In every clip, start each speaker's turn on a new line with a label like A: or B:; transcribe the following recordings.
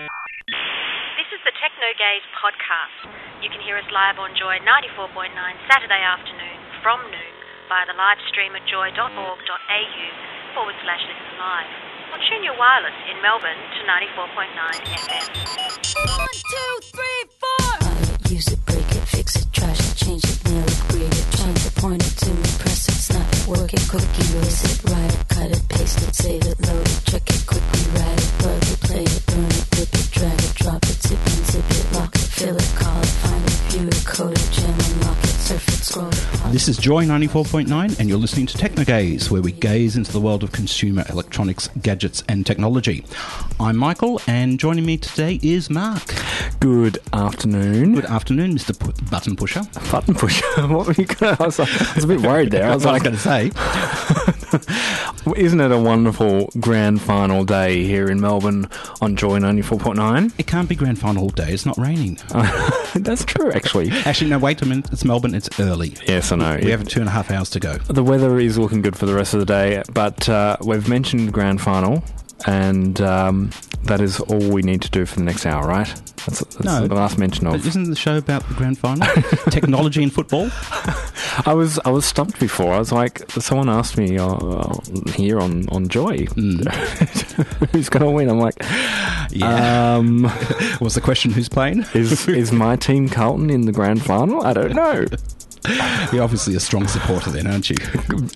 A: This is the Techno Gaze podcast. You can hear us live on Joy 94.9 Saturday afternoon from noon via the live stream at joy.org.au forward slash listen live. Or tune your wireless in Melbourne to 94.9 FM.
B: Use it, break it, fix it, trash it, change it, nail it, grade it, change it, point it to me, press it, snap it, work it, cookie, erase it, write it, cut it, paste it, save it, load it, check it, quickly write it, plug it, play it, burn it, rip it, drag it, drop it, zip and zip it, lock it, fill it, call it, find it, view it, code it, jam and lock it, surf it, scroll it, pop
C: This is Joy 94.9, and you're listening to Technogaze, where we gaze into the world of consumer electronics, gadgets, and technology. I'm Michael, and joining me today is Mark.
D: Good afternoon.
C: Good afternoon, Mr. P- button Pusher.
D: Button pusher. what were you gonna? I was, like, I was a bit worried there. I was like,
C: going to say.
D: isn't it a wonderful grand final day here in Melbourne on Joy ninety four point nine?
C: It can't be grand final all day, it's not raining.
D: That's true, actually.
C: Actually, no, wait a minute. It's Melbourne, it's early.
D: Yes, I know.
C: We have two and a half hours to go.
D: the weather is looking good for the rest of the day, but uh, we've mentioned grand final, and um, that is all we need to do for the next hour, right? That's, that's
C: No.
D: the last mention
C: But
D: of.
C: isn't the show about the grand final? Technology and football?
D: I was I was stumped before. I was like, someone asked me uh, uh, here on on Joy,
C: Hmm.
D: who's going to win? I'm like, um,
C: Was the question who's playing?
D: is is my team Carlton in the grand final? I don't know.
C: You're obviously a strong supporter then, aren't you?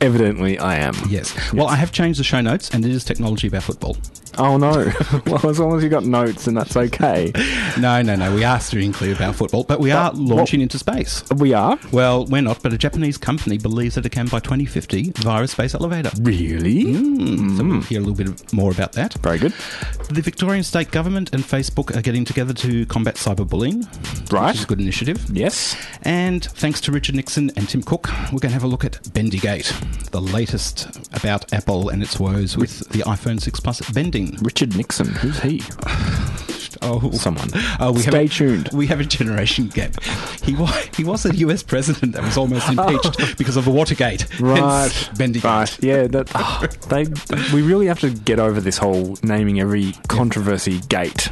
D: Evidently, I am.
C: Yes. Well, I have changed the show notes, and it is technology about football.
D: Oh no! well, as long as you got notes, and that's okay.
C: No, no, no. We are still included about football, but we are
D: But what-
C: launching into space.
D: We are
C: Well, we're not, but a Japanese company believes that it can by 2050 via a space elevator.
D: really
C: Mm,
D: Hmm.
C: So we'll hear a little bit more about that.
D: very good,
C: The Victorian state government and Facebook are getting together to combat cyberbullying.
D: right?
C: Which is a good initiative.
D: Yes.
C: And thanks to Richard Nixon and Tim Cook, we're going to have a look at Bendigate, the latest about Apple and its woes with the iPhone 6 Plus bending.
D: Richard Nixon. Who's he?
C: Oh,
D: Someone.
C: Oh, we
D: Stay
C: have a,
D: tuned.
C: We have a generation gap. He was he was a U.S. president that was almost impeached because of Watergate.
D: Oh. Right.
C: Hence Bendigate.
D: Right. Yeah. That oh, they. We really have to get over this whole naming every controversy gate.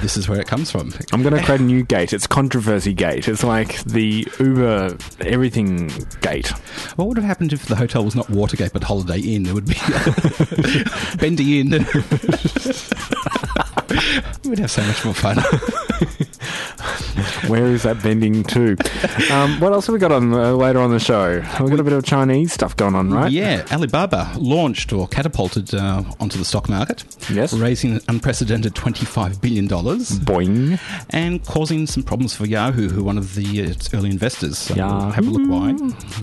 C: This is where it comes from.
D: I'm going to create a new gate. It's controversy gate. It's like the Uber everything gate.
C: What would have happened if the hotel was not Watergate but Holiday Inn? There would be Bendy Inn. We'd have so much more fun.
D: Where is that bending to? um, what else have we got on uh, later on the show? We've got a bit of Chinese stuff going on, right?
C: Yeah, Alibaba launched or catapulted uh, onto the stock market,
D: Yes.
C: raising an unprecedented $25 billion.
D: Boing.
C: and causing some problems for Yahoo, who are one of the uh, its early investors. So
D: Yahoo.
C: have a look why.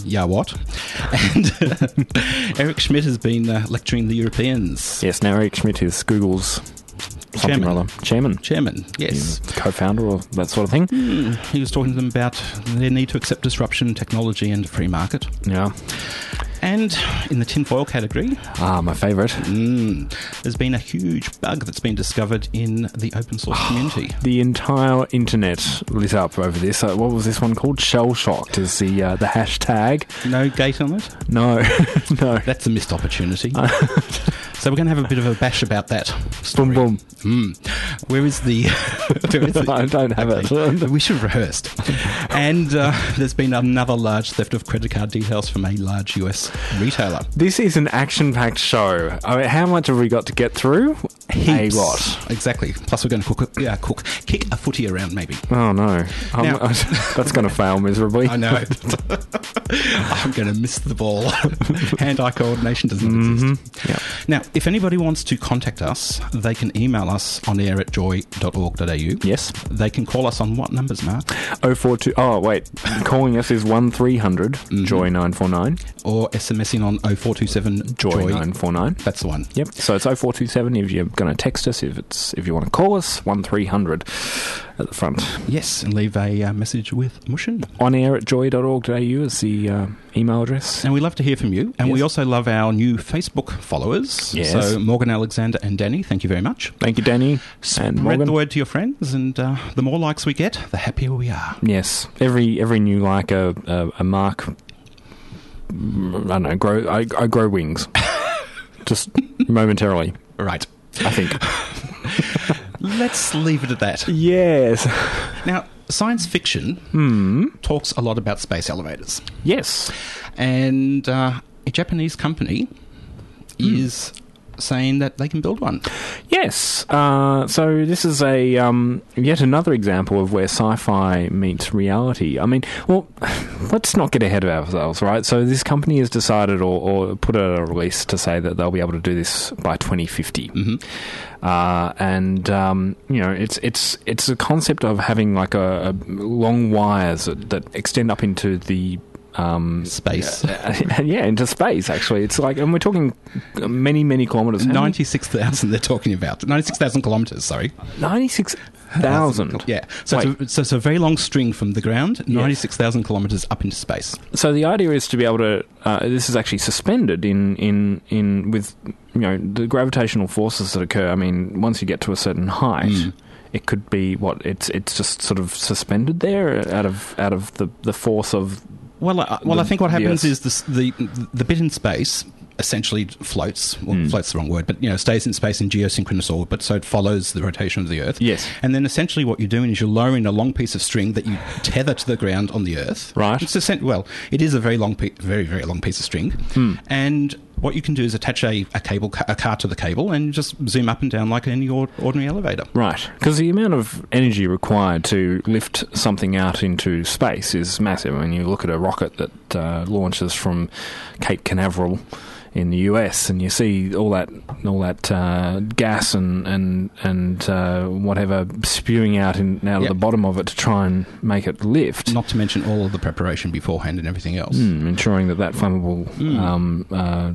C: Yeah, what? And uh, Eric Schmidt has been uh, lecturing the Europeans.
D: Yes. Now Eric Schmidt is Google's something
C: Chairman.
D: or other. Chairman.
C: Chairman, yes.
D: Co-founder or that sort of thing.
C: He was talking to them about their need to accept disruption, technology, and a free market.
D: Yeah.
C: And in the tinfoil category,
D: Ah, my favourite.
C: mm, there's been a huge bug that's been discovered in the open source community.
D: The entire internet lit up over this. Uh, what was this one called? Shell shocked is the uh, the hashtag.
C: No gate on it?
D: No, no.
C: That's a missed opportunity. so we're going to have a bit of a bash about that.
D: Boom, boom.
C: Mm. Where is the? where is the-
D: I don't have it.
C: Okay. we should have rehearsed. And uh, there's been another large theft of credit card details from a large US retailer.
D: This is an action-packed show. I mean, how much have we got to get through?
C: Heaps.
D: A lot.
C: exactly. Plus, we're going to cook, yeah, cook, kick a footy around, maybe.
D: Oh no, I'm-
C: Now-
D: that's going to fail miserably.
C: I know. I'm going to miss the ball. Hand-eye coordination doesn't exist.
D: Mm-hmm. Yeah.
C: Now, if anybody wants to contact us, they can email us on air at joy.org.au.
D: Yes.
C: They can call us on what numbers, Mark?
D: 042. Oh, wait. Calling us is 1300
C: Mm-hmm.
D: Joy 949.
C: Or SMSing on 0427
D: Joy 949.
C: That's the one.
D: Yep. So it's 0427 if you're going to text us. If it's if you want to call us, 1300 at the front.
C: Yes, and leave a uh, message with Mushin.
D: On air at joy.org.au is the uh, email address.
C: And we love to hear from you. And we
D: Yes.
C: also love our new Facebook followers.
D: Yes.
C: So, Morgan, Alexander, and Danny, thank you very much.
D: Thank you, Danny. and
C: Spread
D: Morgan.
C: the word to your friends, and uh, the more likes we get, the happier we are.
D: Yes, every every new like a a, a mark. I don't know. Grow I, I grow wings, just momentarily.
C: Right.
D: I think.
C: Let's leave it at that.
D: yes.
C: Now, science fiction
D: Hmm.
C: talks a lot about space elevators.
D: Yes.
C: And uh, a Japanese company
D: Hmm.
C: is saying that they can build one.
D: Yes. Uh, so this is a um, yet another example of where sci-fi meets reality. I mean, well, let's not get ahead of ourselves, right? So this company has decided or, or put out a release to say that they'll be able to do this by 2050. Uh, and um, you know, it's it's it's a concept of having like a, a long wires that, that extend up into the um,
C: Space.
D: Uh, yeah, into space. Actually, it's like, and we're talking many many kilometers. How many-
C: 96,000 they're talking about. 96,000 kilometres, sorry.
D: 96,000.
C: Yeah. So
D: Wait.
C: it's, a, so it's a very long string from the ground, 96,000 kilometres up into space.
D: So the idea is to be able to. Uh, this is actually suspended in, in in with you know the gravitational forces that occur. I mean, once you get to a certain height, it could be what it's it's just sort of suspended there out of out of the, the force of
C: Well, I, well, I
D: The-
C: think what happens
D: yes.
C: is this, the the bit in space essentially floats.
D: Hmm.
C: Well, floats the wrong word, but you know, stays in space in geosynchronous orbit, so it follows the rotation of the Earth.
D: Yes.
C: And then essentially, what you're doing is you're lowering a long piece of string that you tether to the ground on the Earth.
D: Right.
C: It's essen- well, it is a very long, pe- very very long piece of string,
D: Hmm.
C: and what you can do is attach a, a cable ca- a car to the cable and just zoom up and down like any or- ordinary elevator.
D: right because the amount of energy required to lift something out into space is massive. I mean, you look at a rocket that uh, launches from Cape Canaveral in the US, and you see all that all that uh, gas and and and uh, whatever spewing out in out of
C: Yeah.
D: the bottom of it to try and make it lift.
C: Not to mention all of the preparation beforehand and everything else.
D: Mm, ensuring that that flammable
C: Hmm.
D: um, uh,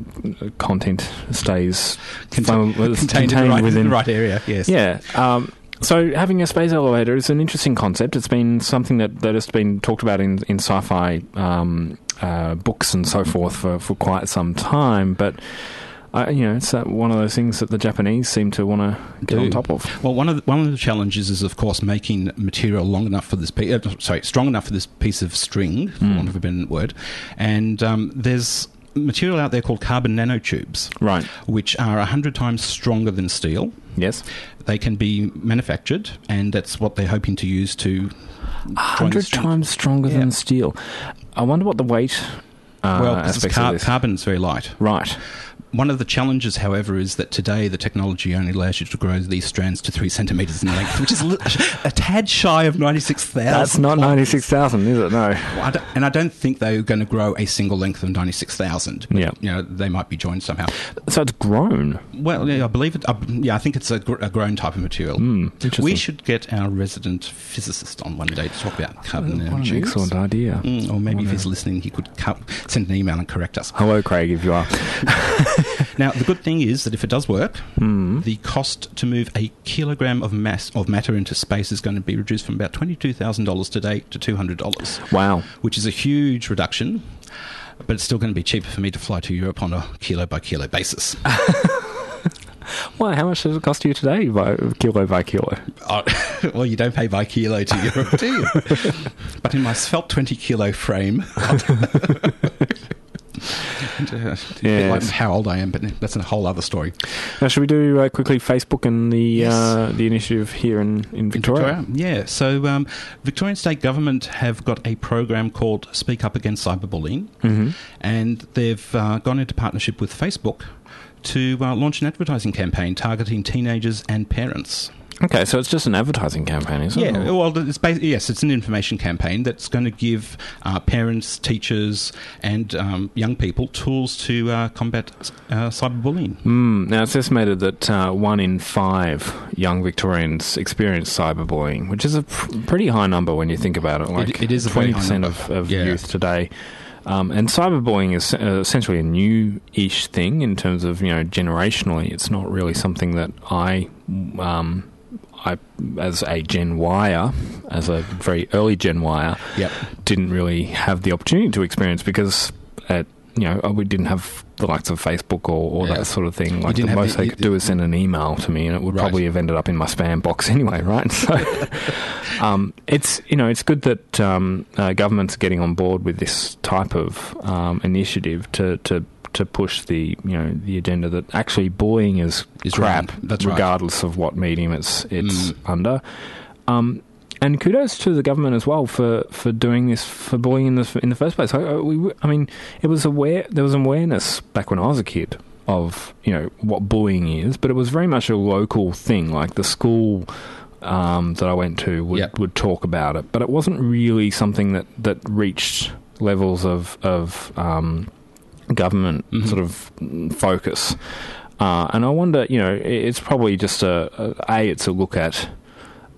D: content stays
C: Contain-
D: flammable- is
C: contained in the right, the right area. Yes.
D: yeah. Um, so having a space elevator is an interesting concept. It's been something that, that has been talked about in, in sci-fi um, uh, books and so forth for, for quite some time, but. I, you know, it's that one of those things that the Japanese seem to want to get
C: Do.
D: on top of.
C: Well, one of the, one of the challenges is, of course, making material long enough for this. Pe- uh, sorry, strong enough for this piece of string, for
D: Hmm.
C: want of a better word. And um, there's material out there called carbon nanotubes,
D: Right.
C: which are hundred times stronger than steel.
D: Yes.
C: They can be manufactured, and that's what they're hoping to use to. join the
D: Hundred
C: string.
D: times stronger
C: Yeah.
D: than steel. I wonder what the weight. Uh,
C: Well, 'cause it's
D: aspects of
C: car-
D: this-
C: carbon's very light.
D: right.
C: One of the challenges, however, is that today the technology only allows you to grow these strands to three centimeters in length, which is a li- a tad shy of ninety-six thousand.
D: That's not ninety-six thousand, is it? No.
C: I don't- and I don't think they're going to grow a single length of 96,000.
D: Yeah.
C: You know, they might be joined somehow.
D: So it's grown.
C: Well, yeah, I believe it. I, yeah, I think it's a, gr- a grown type of material.
D: Hmm, interesting.
C: we should get our resident physicist on one day to talk about carbon
D: What an
C: nanotubes.
D: excellent idea.
C: Mm, or maybe if he's listening, he could co- send an email and correct us.
D: Hello, Craig, if you are.
C: Now, the good thing is that if it does work, the cost to move a kilogram of mass of matter into space is going to be reduced from about twenty-two thousand dollars today to two hundred dollars.
D: Wow.
C: which is a huge reduction, but it's still going to be cheaper for me to fly to Europe on a kilo by kilo basis.
D: Well, how much does it cost you today, by kilo by kilo?
C: Uh, well, you don't pay by kilo to Europe, do you? but in my svelte 20 kilo frame, and, uh, it's a bit like
D: Yes.
C: how old I am, but that's a whole other story.
D: Now, should we do uh, quickly Facebook and the uh, the initiative here in, in Victoria?
C: Yeah. So, um, Victorian state government have got a program called Speak Up Against Cyberbullying,
D: Mm-hmm.
C: and they've uh, gone into partnership with Facebook to uh, launch an advertising campaign targeting teenagers and parents.
D: Okay, so it's just an advertising campaign, is it?
C: Yeah,
D: Or-
C: well, it's bas yes, it's an information campaign that's going to give uh, parents, teachers, and um, young people tools to uh, combat uh, cyberbullying.
D: Mm, now, it's estimated that uh, one in five young Victorians experience cyberbullying, which is a pr- pretty high number when you think about it. Like
C: it is a very high
D: 20% of,
C: number.
D: of
C: Yeah.
D: youth today. Um, and cyberbullying is uh, essentially a new-ish thing in terms of, you know, generationally. It's not really something that I, um, I as a Gen Yer, as a very early Gen Yer,
C: Yep.
D: didn't really have the opportunity to experience because at you know we didn't have the likes of Facebook or, or
C: Yeah.
D: that sort of thing. Like
C: didn't
D: the
C: have
D: most
C: the-
D: they could do is send an email to me, and it would
C: Right.
D: probably have ended up in my spam box anyway, right? So um, it's you know it's good that um, uh, governments are getting on board with this type of um, initiative to to. To push the you know the agenda that actually bullying is,
C: Is
D: crap,
C: wrong. That's right.
D: regardless of what medium it's it's
C: Mm.
D: under. Um, and kudos to the government as well for, for doing this for bullying in the in the first place. I, I- we, I mean, it was aware there was awareness back when I was a kid of you know what bullying is, but it was very much a local thing. Like the school um, that I went to would
C: Yep.
D: would talk about it, but it wasn't really something that that reached levels of of um, government
C: Mhm.
D: sort of mm, focus. Uh, and I wonder, you know, i- it's probably just a, a a it's a look at,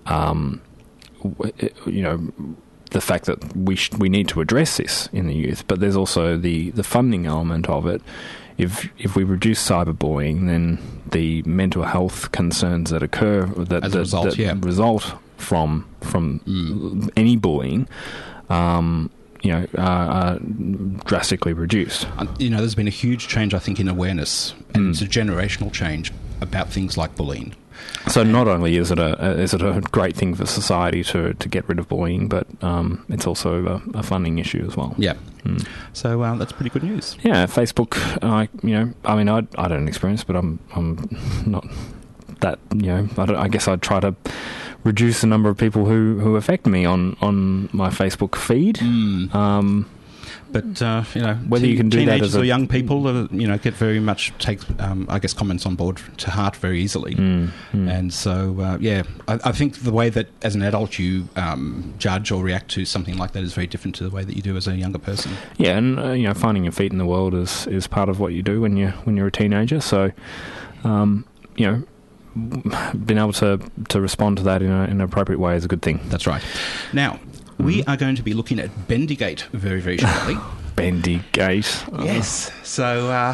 D: um, w- i- you know, the fact that we sh- we need to address this in the youth, but there's also the the funding element of it. If if we reduce cyberbullying, then the mental health concerns that occur that
C: As a
D: that-
C: result,
D: that
C: yeah.
D: result from from
C: Mm.
D: any bullying, um, you know, are, are drastically reduced.
C: Uh, You know, there's been a huge change, I think, in awareness, and
D: Mm.
C: it's a generational change about things like bullying.
D: So not only is it a is it a great thing for society to, to get rid of bullying, but um, it's also a, a funding issue as well.
C: Yeah.
D: Mm.
C: So um, that's pretty good news.
D: Yeah, Facebook. I you know, I mean, I I don't experience, but I'm I'm not that you know. I, don't- I guess I try to reduce the number of people who, who affect me on, on my Facebook feed.
C: Mm.
D: Um,
C: But uh, you know,
D: Whether you can do that
C: teenagers
D: as a-
C: or young people, uh, you know, get very much take, um, I guess, comments on board to heart very easily.
D: mm, mm.
C: And so, uh, yeah, I, I think the way that as an adult you um, judge or react to something like that is very different to the way that you do as a younger person.
D: Yeah, and uh, you know, finding your feet in the world is is part of what you do when you when you're a teenager. So, um, you know, being able to to respond to that in, a, in an appropriate way is a good thing.
C: That's right. Hmm. Now, we are going to be looking at Bendigate very, very shortly.
D: Bendy gate.
C: yes. So, uh,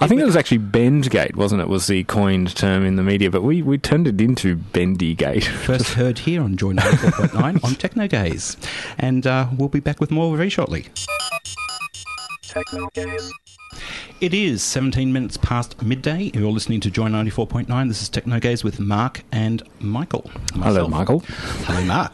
D: I think it was actually bend gate, wasn't it? Was the coined term in the media, but we we turned it into bendy gate.
C: first heard here on Joy 94.9 on Techno Gaze. And uh, we'll be back with more very shortly. It is 17 minutes past midday. You're listening to Joy 94.9. This is Techno Gaze with Mark and Michael.
D: Hello,
C: Myself.
D: Michael.
C: Hello, Mark.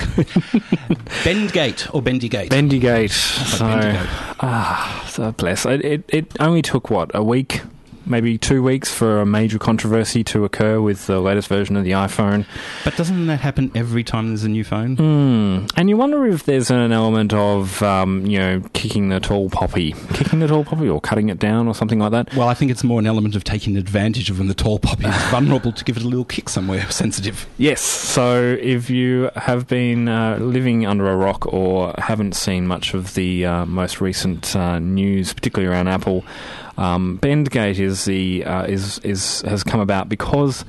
C: Bendgate or Bendigate?
D: Bendy gate. So,
C: Bendigate.
D: ah, so bless. It, it it only took what a week. Maybe two weeks for a major controversy to occur with the latest version of the iPhone.
C: But doesn't that happen every time there's a new phone?
D: Hmm. And you wonder if there's an element of, um, you know, kicking the tall poppy, kicking the tall poppy, or cutting it down, or something like that.
C: Well, I think it's more an element of taking advantage of when the tall poppy is vulnerable to give it a little kick somewhere sensitive.
D: Yes. So if you have been uh, living under a rock or haven't seen much of the uh, most recent uh, news, particularly around Apple, um, Bendgate is the uh, is is has come about because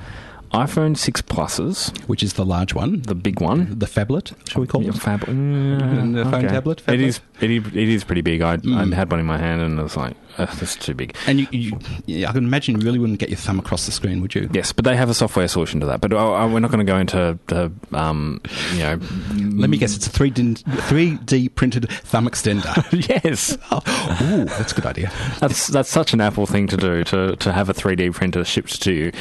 D: iPhone six pluses,
C: Which is the large one,
D: the big one,
C: Mm-hmm. the phablet, shall we call
D: Yeah,
C: it?
D: fab- mm,
C: the phone tablet,
D: It
C: phablet?
D: is, it is. It is pretty big. I,
C: Mm.
D: I had one in my hand and I was like, "Ugh, "That's too big."
C: And you, you, yeah, I can imagine you really wouldn't get your thumb across the screen, would you?
D: Yes, but they have a software solution to that. But oh, oh, we're not going to go into the, um, you know.
C: Let me guess, it's a 3D, 3D printed thumb extender. Oh,
D: yes,
C: Ooh, that's a good idea.
D: that's that's such an Apple thing to do to, to have a 3D printer shipped to you.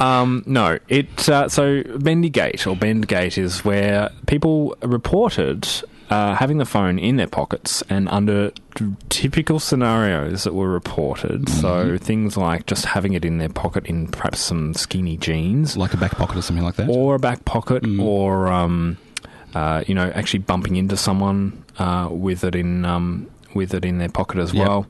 D: Um, no, it uh, so Bendigate or Bendgate is where people reported uh, having the phone in their pockets and under t- typical scenarios that were reported. So things like just having it in their pocket in perhaps some skinny jeans,
C: It's like a back pocket or something like that.
D: or a back pocket,
C: Mm.
D: or um, uh, you know, actually bumping into someone uh, with it in um, with it in their pocket as
C: Yep.
D: well.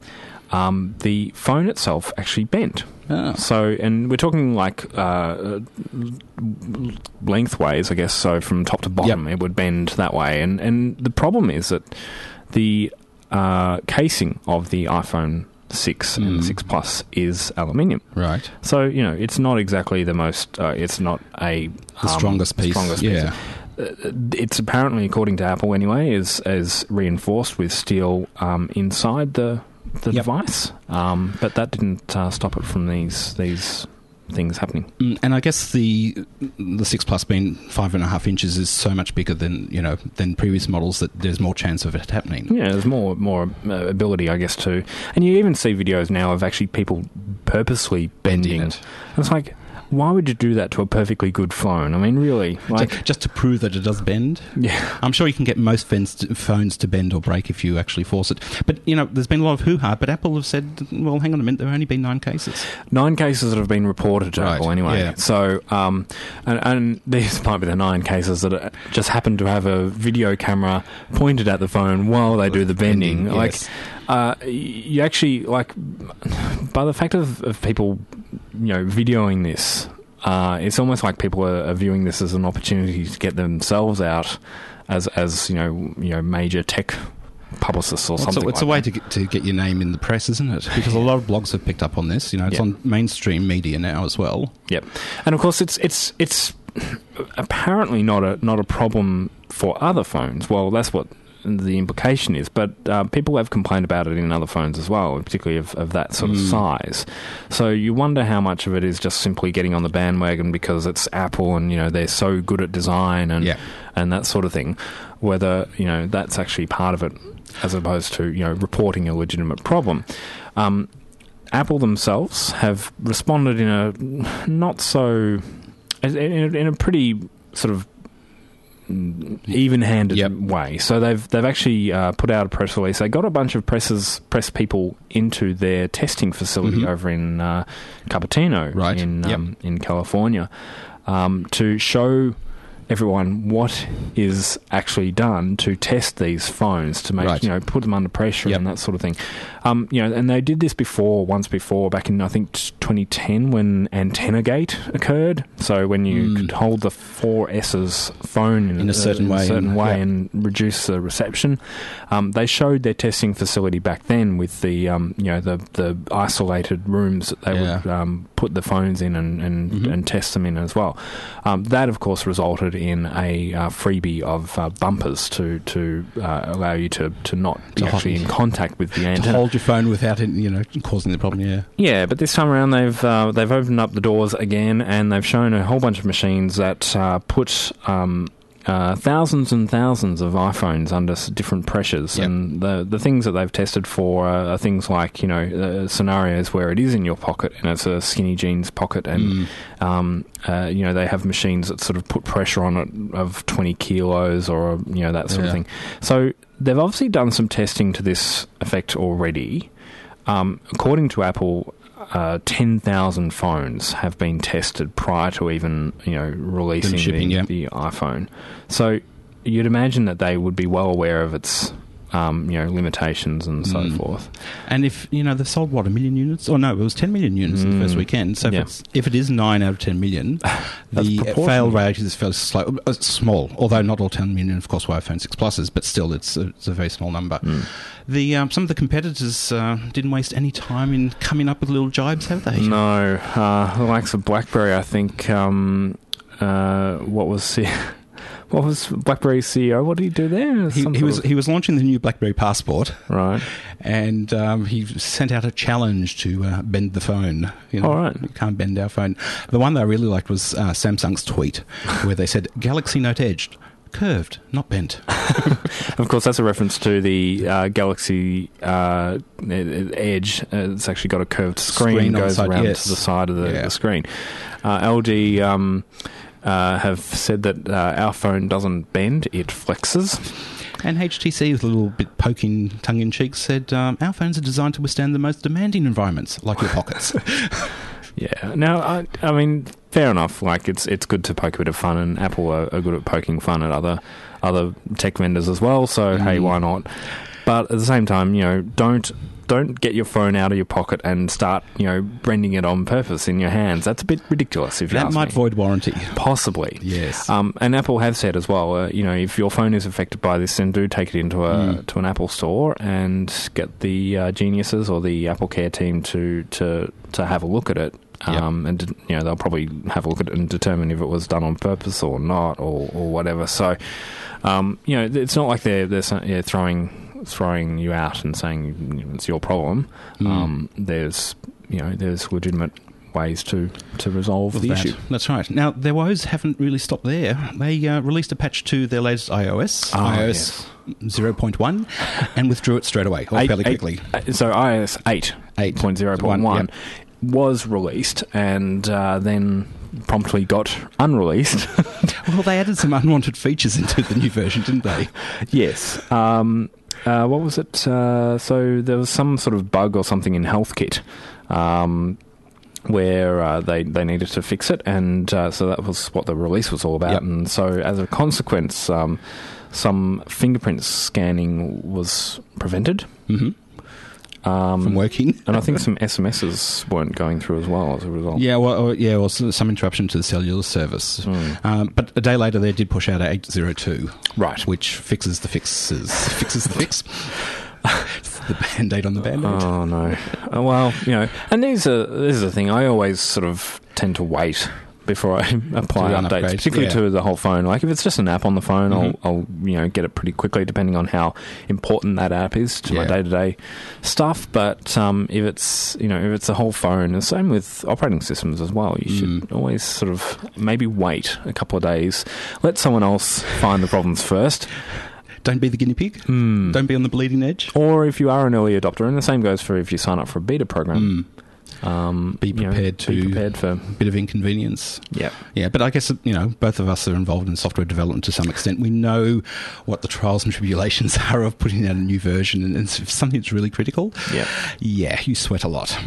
D: Um, the phone itself actually bent.
C: Ah.
D: So, and we're talking like uh, lengthways, I guess. So from top to bottom, it would bend that way. And and the problem is that the uh, casing of the iPhone six and
C: Mm.
D: six plus is aluminium.
C: Right.
D: So you know, it's not exactly the most. Uh, it's not a
C: The
D: um,
C: strongest piece.
D: Strongest piece.
C: yeah.
D: Uh, it's apparently, according to Apple anyway, is is reinforced with steel um, inside the the
C: Yep.
D: device. Um, but that didn't uh, stop it from these these things happening.
C: Mm, And I guess the the six plus being five and a half inches is so much bigger than you know than previous models that there's more chance of it happening.
D: Yeah, there's more more uh, ability, I guess, to. And you even see videos now of actually people purposely bending.
C: Bending it.
D: And It's like. Why would you do that to a perfectly good phone? I mean, really? Like,
C: Ju- just to prove that it does bend.
D: yeah,
C: I'm sure you can get most phones to, phones to bend or break if you actually force it. But you know, there's been a lot of hoo ha. But Apple have said, well, hang on a minute, there have only been nine cases.
D: nine cases that have been reported to
C: Right,
D: Apple anyway.
C: yeah.
D: So, um, and, and these might be the nine cases that uh, just happen to have a video camera pointed at the phone while they do the bending.
C: Bending,
D: like,
C: yes.
D: uh, y- you actually like by the fact of, of people, you know, videoing this. Uh, it's almost like people are, are viewing this as an opportunity to get themselves out as, as you know, you know, major tech publicists or
C: Well, it's
D: something.
C: a, it's
D: like
C: a way
D: that.
C: to get, to get your name in the press, isn't it? Because a lot of blogs have picked up on this. You know, it's
D: Yeah.
C: on mainstream media now as well.
D: Yep. And of course, it's it's it's apparently not a not a problem for other phones. Well, that's what the implication is. But uh, people have complained about it in other phones as well, particularly of, of that sort of
C: Mm.
D: size. So you wonder how much of it is just simply getting on the bandwagon because it's Apple and you know they're so good at design and
C: Yeah.
D: and that sort of thing. Whether you know that's actually part of it, as opposed to you know reporting a legitimate problem. Um, Apple themselves have responded in a not so in a, in a pretty sort of even-handed
C: Yep.
D: way. So they've they've actually uh, put out a press release. They got a bunch of presses press people into their testing facility
C: Mhm.
D: over in uh, Cupertino
C: Right.
D: in
C: Yep.
D: um, in California um, to show everyone what is actually done to test these phones to make
C: Right.
D: you know put them under pressure
C: Yep.
D: and that sort of thing. Um, you know, and they did this before, once before, back in I think t- 2010 when Antenna Gate occurred. So when you
C: Mm.
D: could hold the four S's phone in,
C: In a certain way,
D: certain
C: and-
D: way,
C: yeah.
D: and reduce the reception. Um, they showed their testing facility back then with the um, you know the the isolated rooms that they
C: Yeah.
D: would um, put the phones in and and,
C: Mhm.
D: and test them in as well. Um, that of course resulted in a uh, freebie of uh, bumpers to to uh, allow you to to not be
C: To
D: actually
C: hold-
D: in contact with the
C: To
D: antenna.
C: hold your phone without it, you know, causing the problem. Yeah.
D: Yeah, but this time around they've uh, they've opened up the doors again, and they've shown a whole bunch of machines that uh, put um, uh, thousands and thousands of iPhones under s- different pressures,
C: Yep.
D: and the the things that they've tested for are, are things like you know uh, scenarios where it is in your pocket and it's a skinny jeans pocket,
C: Mm.
D: and um, uh, you know they have machines that sort of put pressure on it of twenty kilos or you know that sort of
C: Yeah.
D: thing. So they've obviously done some testing to this effect already. Um, according to Apple, uh, ten thousand phones have been tested prior to even you know releasing
C: Them shipping,
D: the,
C: yeah.
D: the iPhone. So you'd imagine that they would be well aware of its um, you know limitations and so
C: Mm.
D: forth.
C: And if you know they've sold what a million units, or no, it was ten million units in the first
D: Mm.
C: weekend. So
D: Yeah.
C: if, it's, if it is nine out of ten million, the
D: proportional.
C: fail rate is fairly slow, uh, small. Although not all ten million, of course, were iPhone six pluses, but still, it's a, it's a very small number.
D: Mm.
C: The um, some of the competitors uh, didn't waste any time in coming up with little jibes, have they?
D: No, uh, the likes of BlackBerry, I think. Um, uh, what was C- what was BlackBerry's CEO? What did he do there?
C: He,
D: Some
C: he
D: sort
C: was
D: of-
C: he was launching the new BlackBerry Passport,
D: right.
C: and um, he sent out a challenge to uh, bend the phone. You know,
D: All right.
C: you can't bend our phone. The one that I really liked was uh, Samsung's tweet, where they said Galaxy Note edged, curved, not bent.
D: Of course, that's a reference to the uh, Galaxy uh, Edge. Uh, It's actually got a curved screen,
C: Screen on
D: goes
C: the side,
D: around
C: yes.
D: to the side of the,
C: Yeah.
D: the screen. Uh, LG um, uh, have said that uh, our phone doesn't bend; it flexes.
C: And HTC, with a little bit poking tongue in cheek, said um, our phones are designed to withstand the most demanding environments, like your pockets.
D: Yeah. Now, I, I mean, fair enough. Like, it's it's good to poke a bit of fun, and Apple are, are good at poking fun at other other tech vendors as well. So hey,
C: Mm.
D: why not? But at the same time, you know, don't don't get your phone out of your pocket and start, you know, bending it on purpose in your hands. That's a bit ridiculous if you
C: That
D: ask
C: might
D: me.
C: void warranty.
D: Possibly.
C: Yes.
D: Um, and Apple have said as well, uh, you know, if your phone is affected by this, then do take it into a
C: Mm.
D: to an Apple store and get the uh, geniuses or the Apple Care team to to to have a look at it.
C: Yep.
D: Um, and de- you know they'll probably have a look at it and determine if it was done on purpose or not or, or whatever. So, um, you know, it's not like they're they're sa- yeah, throwing throwing you out and saying you know, it's your problem.
C: Mm.
D: Um, there's you know there's legitimate ways to to resolve the
C: that.
D: issue.
C: That's right. Now their woes haven't really stopped there. They uh, released a patch to their latest iOS,
D: Ah,
C: iOS 0.1, and withdrew it straight away, or fairly quickly.
D: eight- uh, so iOS eight
C: Eight.
D: point zero point
C: One,
D: one was released and uh, then promptly got unreleased.
C: Well, they added some unwanted features into the new version, didn't they?
D: yes. Um, uh, what was it? Uh, so there was some sort of bug or something in HealthKit. Um, where uh, they they needed to fix it, and uh, so that was what the release was all about.
C: Yep.
D: And so, as a consequence, um, some fingerprint scanning was prevented.
C: Mm-hmm.
D: Um,
C: From working.
D: And I think some SMSs weren't going through as well as a result.
C: Yeah, well, or, yeah, well, s- some interruption to the cellular service.
D: Hmm.
C: Um, but a day later, they did push out 802,
D: Right.
C: which fixes the fixes, fixes the fix. It's the band aid on the band aid.
D: Oh no. Uh, well, you know, and these are this is the thing. I always sort of tend to wait before I apply
C: an
D: updates,
C: upgrade,
D: particularly
C: yeah. Mm-hmm.
D: to the whole phone. Like if it's just an app on the phone, I'll, I'll you know get it pretty quickly, depending on how important that app is to my
C: Yeah.
D: day to day stuff. But um, if it's you know if it's a whole phone, the same with operating systems as well. You should
C: Mm.
D: always sort of maybe wait a couple of days, let someone else find the problems first.
C: Don't be the guinea pig.
D: Hmm.
C: Don't be on the bleeding edge.
D: or if you are an early adopter, and the same goes for if you sign up for a beta program. Um,
C: Hmm. Be
D: you know,
C: prepared to-
D: be prepared for
C: Bit of inconvenience.
D: yeah.
C: Yeah, but I guess, you know, both of us are involved in software development to some extent. We know what the trials and tribulations are of putting out a new version, and, and if something's really critical,
D: Yeah.
C: yeah, you sweat a lot.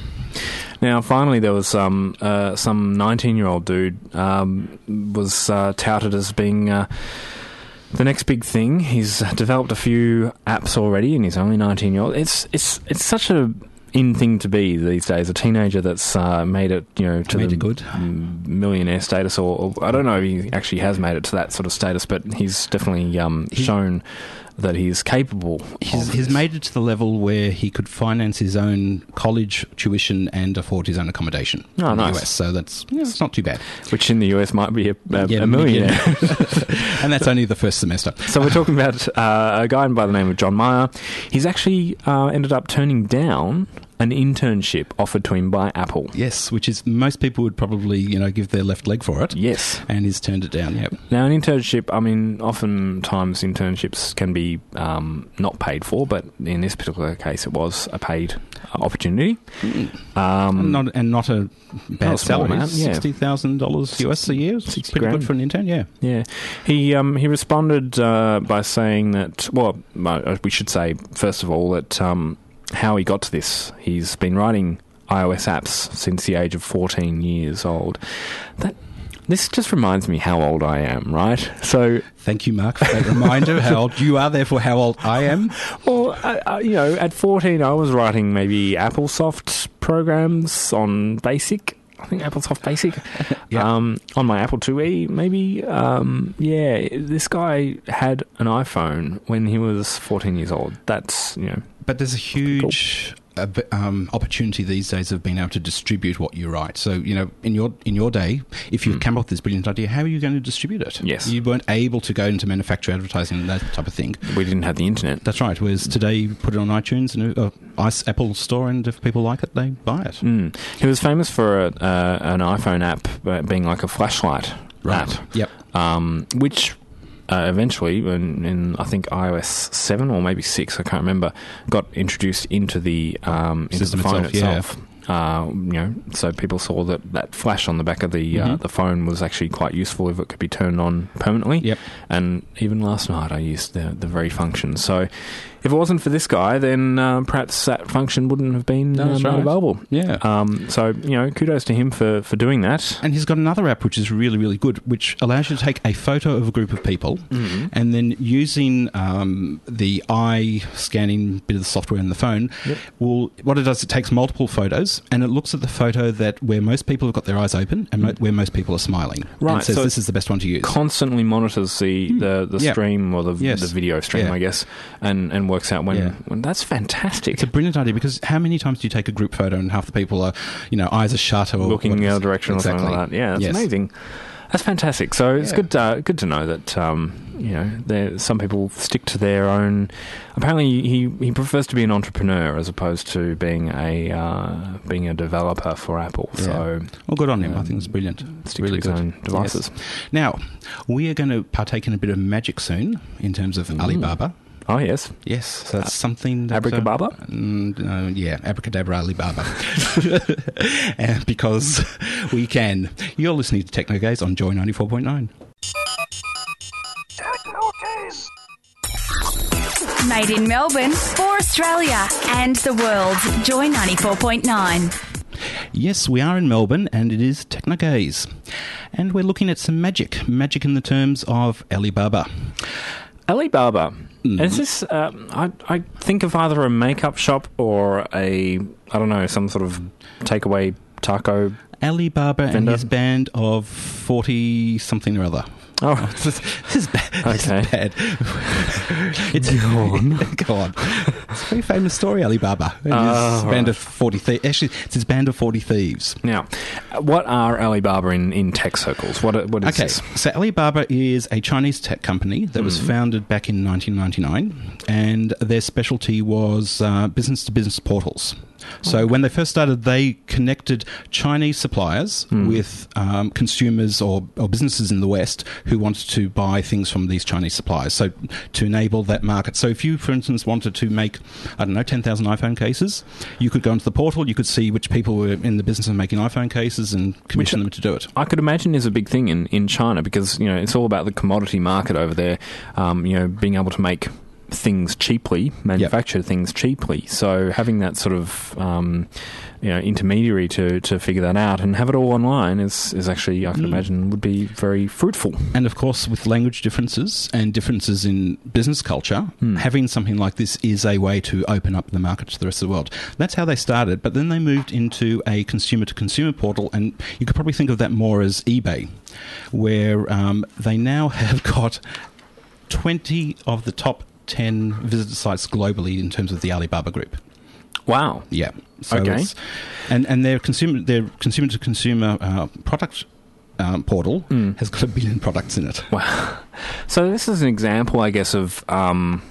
D: Now, finally, there was um, uh, some 19-year-old dude um, was uh, touted as being uh, the next big thing. He's developed a few apps already, and he's only 19 year old. It's it's it's such a in thing to be these days. A teenager that's uh, made it, you know, to
C: Made
D: the
C: it good.
D: m- millionaire status, or, or I don't know if he actually has made it to that sort of status, but he's definitely um, shown that he's capable.
C: He's,
D: of
C: he's
D: this.
C: made it to the level where he could finance his own college tuition and afford his own accommodation
D: Oh,
C: in the
D: nice.
C: US. So that's yeah, it's not too bad.
D: which in the US might be a, a,
C: Yeah,
D: a millionaire.
C: and that's only the first semester.
D: So we're talking about uh, a guy by the name of John Mayer. He's actually uh, ended up turning down an internship offered to him by Apple.
C: Yes, which is most people would probably you know give their left leg for it.
D: Yes.
C: And he's turned it down. Yep.
D: Now, an internship, I mean, oftentimes internships can be um, not paid for, but in this particular case, it was a paid uh, opportunity. Um,
C: not and not a bad
D: Not a small
C: salary.
D: amount, yeah.
C: Sixty thousand dollars US a year. It's
D: 60
C: pretty
D: grand.
C: good for an intern. Yeah.
D: Yeah, he um, he responded uh, by saying that. Well, uh, we should say first of all that um, how he got to this. He's been writing iOS apps since the age of fourteen years old. That this just reminds me how old I am, right? So,
C: Thank you, Mark, for that reminder. How old you are, therefore how old I am.
D: well, I, I, you know, at fourteen, I was writing maybe AppleSoft programs on Basic. I think AppleSoft Basic.
C: Yeah.
D: um, on my Apple IIe, maybe. Um, yeah, this guy had an iPhone when he was 14 years old. That's, you know,
C: But there's a huge uh, b- um, opportunity these days of being able to distribute what you write. So you know, in your in your day, if you've come up with this brilliant idea, how are you going to distribute it?
D: Hmm. Yes.
C: you weren't able to go into manufacturer advertising and that type of thing.
D: we didn't have the internet.
C: That's right. Whereas today, you put it on iTunes and uh, ice Apple Store, and if people like it, they buy it.
D: Mm. He was famous for a, uh, an iPhone app uh, being like a flashlight app,
C: Yep.
D: um, which uh, eventually, in, in I think iOS 7 or maybe 6, I can't remember, got introduced into the, um, into
C: System
D: the phone
C: itself, yeah.
D: itself. Uh, you know, so people saw that that flash on the back of the uh,
C: Mhm.
D: the phone was actually quite useful if it could be turned on permanently.
C: Yep.
D: And even last night, I used the the very function. So if it wasn't for this guy, then uh, perhaps that function wouldn't have been
C: No,
D: uh,
C: that's
D: made
C: right.
D: available.
C: Yeah.
D: Um, so you know, kudos to him for for doing that.
C: And he's got another app which is really, really good, which allows you to take a photo of a group of people
D: Mm-hmm.
C: and then using um, the eye scanning bit of the software in the phone, will what it does, it takes multiple photos and it looks at the photo that where most people have got their eyes open and mo- where most people are smiling.
D: Right,
C: And says
D: so
C: this is the best one to use.
D: Constantly monitors the the, the
C: Hmm. Yeah.
D: stream or the,
C: Yes.
D: the video stream,
C: Yeah.
D: I guess, and and works out when,
C: Yeah.
D: when that's fantastic.
C: it's a brilliant idea because how many times do you take a group photo and half the people are, you know, eyes are shut or
D: looking in the
C: whatever.
D: other direction
C: exactly.
D: or something like that. Yeah, that's
C: Yes.
D: amazing. That's fantastic. So it's
C: Yeah.
D: good. Uh, good to know that um, you know there, some people stick to their own. Apparently, he, he prefers to be an entrepreneur as opposed to being a uh, being a developer for Apple.
C: Yeah.
D: So
C: Well, good on him. I
D: Um,
C: think it's brilliant. It's
D: stick to his own devices.
C: Now, we are going to partake in a bit of magic soon in terms
D: Mm.
C: of Alibaba.
D: Oh yes,
C: Yes, so that's something that.
D: Abracababa?
C: Uh, mm, no, yeah, abracadabra Alibaba. and because we can. You're listening to Techno Gaze on Joy 94.9.
E: Made in Melbourne for Australia and the world. Joy 94.9.
C: Yes, we are in Melbourne and it is Technogaze. And we're looking at some magic. Magic in the terms of Alibaba.
D: Alibaba. Is this? Um, I I think of either a makeup shop or a I don't know some sort of takeaway taco.
C: Alibaba and
D: Vendor?
C: his band of 40 something or other.
D: Oh,
C: This is bad. This
D: Okay.
C: is bad. It's go on. It's a very famous story, Alibaba. It is
D: Ah,
C: a band
D: right.
C: of forty thieves. Actually, it's his band of forty thieves.
D: Now, what are Alibaba in, in tech circles? What what is
C: Okay,
D: this?
C: so Alibaba is a Chinese tech company that was founded back in 1999, and their specialty was uh, business to business portals. So when they first started, they connected Chinese suppliers with um, consumers or, or businesses in the West who wanted to buy things from these Chinese suppliers. So to enable that market. So if you, for instance, wanted to make, I don't know, 10,000 iPhone cases, you could go into the portal, you could see which people were in the business of making iPhone cases and commission them to do it.
D: I could imagine is a big thing in, in China because you know it's all about the commodity market over there. Um, you know, being able to make things cheaply, manufacture things cheaply. So having that sort of um, you know intermediary to, to figure that out and have it all online is is actually I can imagine would be very fruitful.
C: And of course, with language differences and differences in business culture, having something like this is a way to open up the market to the rest of the world. That's how they started, but then they moved into a consumer to consumer portal, and you could probably think of that more as eBay, where um, they now have got 20 of the top 10 visitor sites globally in terms of the Alibaba group.
D: Wow.
C: Yeah. So
D: Okay.
C: it's- And and their consumer their consumer to consumer uh, product um, portal
D: Hmm.
C: has got a billion products in it.
D: Wow. Mm. So this is an example, I guess, of um,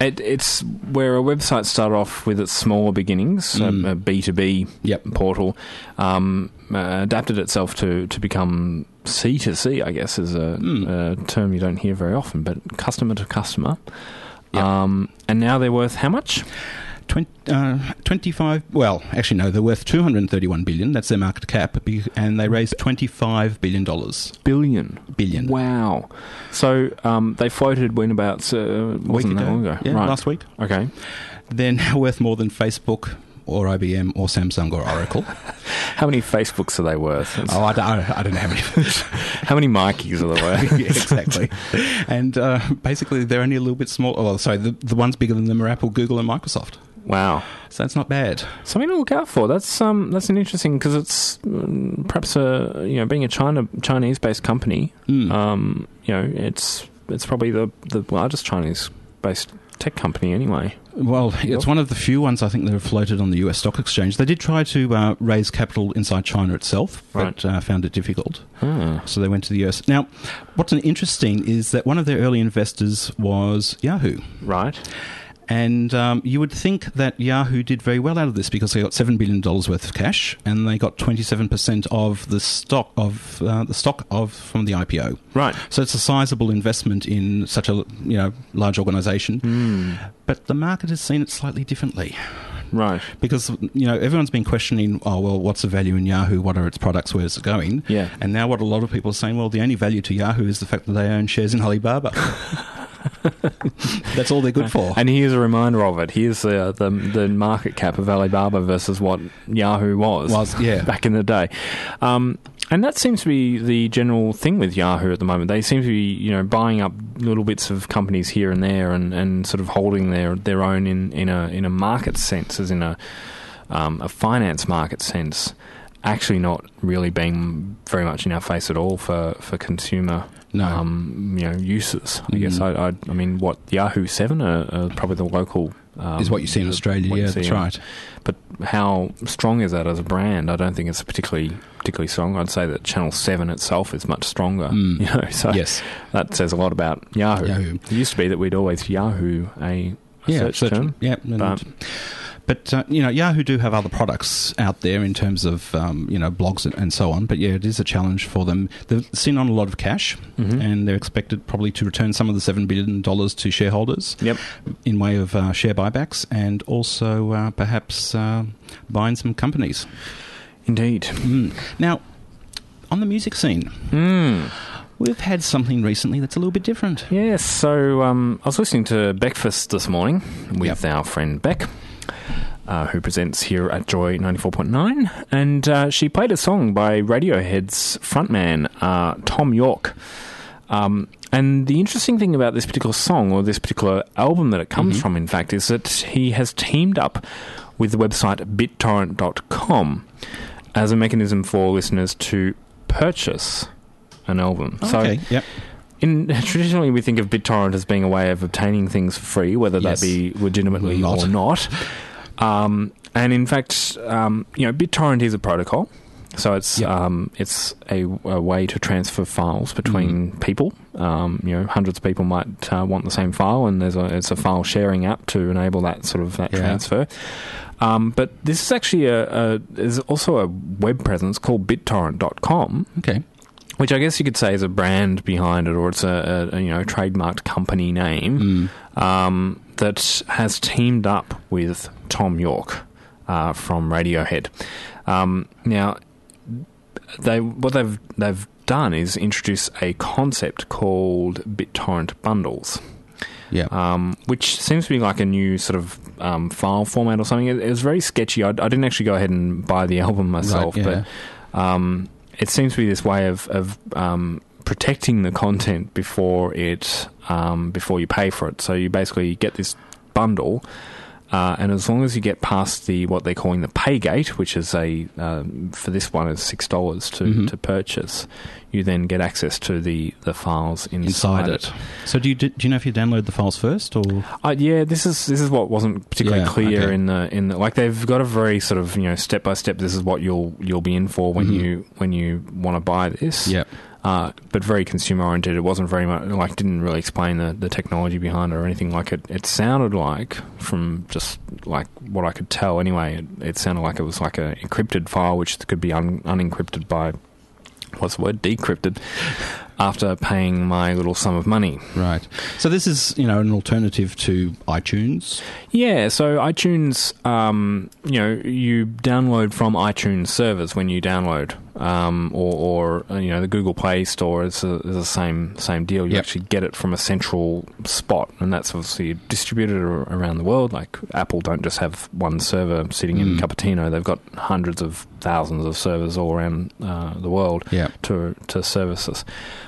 D: it, it's where a website started off with its smaller beginnings, a, a B2B
C: Yep.
D: portal, um, uh, adapted itself to, to become C2C, I guess, is a,
C: Hmm.
D: a term you don't hear very often, but customer to customer. Um, and now they're worth how much?
C: 20, uh, 25 well actually no they're worth 231 billion that's their market cap be- and they raised 25 billion dollars
D: Billion.
C: Billion.
D: Wow. So um, they floated when about uh, wasn't that
C: ago.
D: long ago.
C: Yeah,
D: right.
C: last week.
D: Okay.
C: they're now worth more than facebook or IBM or Samsung or Oracle.
D: How many Facebooks are they worth? That's-
C: oh, I don't, I don't know how many.
D: How many Mikeys are there?
C: yeah, exactly. And uh, basically, they're only a little bit small. Oh, well, sorry, the, the ones bigger than them are Apple, Google, and Microsoft.
D: wow.
C: So that's not bad.
D: Something to look out for. That's um, that's an interesting because it's um, perhaps a you know being a China Chinese based company.
C: Hmm.
D: Um, you know, it's it's probably the the largest Chinese based tech company anyway.
C: Well, it's one of the few ones I think that have floated on the US stock exchange. They did try to uh, raise capital inside China itself, but
D: Right.
C: uh, found it difficult.
D: Ah.
C: So they went to the US. Now, what's an interesting is that one of their early investors was Yahoo.
D: Right.
C: And um, you would think that Yahoo did very well out of this because they got $7 billion worth of cash and they got 27% of the stock of uh, the stock of from the IPO.
D: Right.
C: So it's a sizable investment in such a you know large organization.
D: Hmm.
C: But the market has seen it slightly differently
D: Right.
C: because you know everyone's been questioning oh well what's the value in yahoo what are its products where's it going
D: Yeah.
C: and now what a lot of people are saying well the only value to yahoo is the fact that they own shares in alibaba That's all they're good for.
D: And here's a reminder of it. Here's the the, the market cap of Alibaba versus what Yahoo was,
C: Was, yeah.
D: back in the day. Um, and that seems to be the general thing with Yahoo at the moment. They seem to be you know buying up little bits of companies here and there, and, and sort of holding their their own in, in a in a market sense, as in a um, a finance market sense. Actually, not really being very much in our face at all for, for consumer
C: No.
D: um, you know uses. I guess
C: Mm.
D: I, I, I mean, what Yahoo Seven are, are probably the local um,
C: is what you see in
D: the-
C: Australia.
D: what you
C: Yeah,
D: see
C: that's
D: in-
C: right.
D: But how strong is that as a brand? I don't think it's particularly particularly strong. I'd say that Channel Seven itself is much stronger.
C: Mm.
D: You know, so
C: Yes.
D: that says a lot about Yahoo.
C: Yahoo.
D: It used to be that we'd always Yahoo a, a search
C: search-
D: term.
C: Yeah, and-
D: But-
C: but, uh, you know, Yahoo do have other products out there in terms of um, you know blogs and, and so on. But yeah, it is a challenge for them. They've seen on a lot of cash,
D: Mm-hmm.
C: and they're expected probably to return some of the seven billion dollars to shareholders.
D: Yep.
C: in way of uh, share buybacks and also uh, perhaps uh, buying some companies.
D: Indeed.
C: Mm. Now, on the music scene,
D: Mm.
C: we've had something recently that's a little bit different.
D: Yes, so um, I was listening to Breakfast this morning with our friend Beck, uh, who presents here at Joy 94.9, and uh, she played a song by Radiohead's frontman, uh, Tom York. Um, and the interesting thing about this particular song, or this particular album that it comes from, in fact, is that he has teamed up with the website bittorrent.com as a mechanism for listeners to purchase an album.
C: okay,
D: So
C: yep.
D: in traditionally, we think of BitTorrent as being a way of obtaining things for free, whether
C: Yes.
D: that be legitimately
C: Not.
D: or not. Um, and in fact, um, you know, BitTorrent is a protocol, so it's
C: Yep.
D: um, it's a, a way to transfer files between
C: Mm-hmm.
D: people. Um, you know, hundreds of people might uh, want the same file, and there's a it's a file sharing app to enable that sort of that
C: Yeah.
D: transfer. Um, but this is actually a, a is also a web presence called BitTorrent.com
C: Okay.
D: which I guess you could say is a brand behind it, or it's a, a, a you know trademarked company name
C: Mm.
D: um, that has teamed up with Tom York uh, from Radiohead. Um, now, they what they've they've done is introduce a concept called BitTorrent bundles
C: Yeah.
D: um, which seems to be like a new sort of um, file format or something. It, it was very sketchy. I, I didn't actually go ahead and buy the album myself,
C: Right, yeah.
D: but um, it seems to be this way of, of um, protecting the content before it um, before you pay for it. So you basically get this bundle. Uh, and as long as you get past the what they're calling the pay gate, which is a um, for this one is six dollars to,
C: Mhm.
D: to purchase, you then get access to the, the files inside,
C: inside it. So do you do, you know if you download the files first or
D: Uh, yeah, this is this is what wasn't particularly
C: Yeah,
D: clear
C: okay.
D: in the in the like they've got a very sort of you know step by step. This is what you'll you'll be in for when
C: Mhm.
D: you when you want to buy this. Uh, but very consumer oriented. It wasn't very much like didn't really explain the, the technology behind it or anything like it. It sounded like from just like what I could tell anyway. It, it sounded like it was like a encrypted file which could be un, unencrypted by what's the word decrypted after paying my little sum of money.
C: right? So this is you know an alternative to iTunes.
D: Yeah, so iTunes, um, you know, you download from iTunes servers when you download, um, or, or uh, you know, the Google Play Store is, a, is the same same deal. You
C: Yep.
D: actually get it from a central spot, and that's obviously distributed ar- around the world. Like Apple don't just have one server sitting in
C: Mm.
D: Cupertino; they've got hundreds of thousands of servers all around uh, the world
C: Yeah.
D: to to services.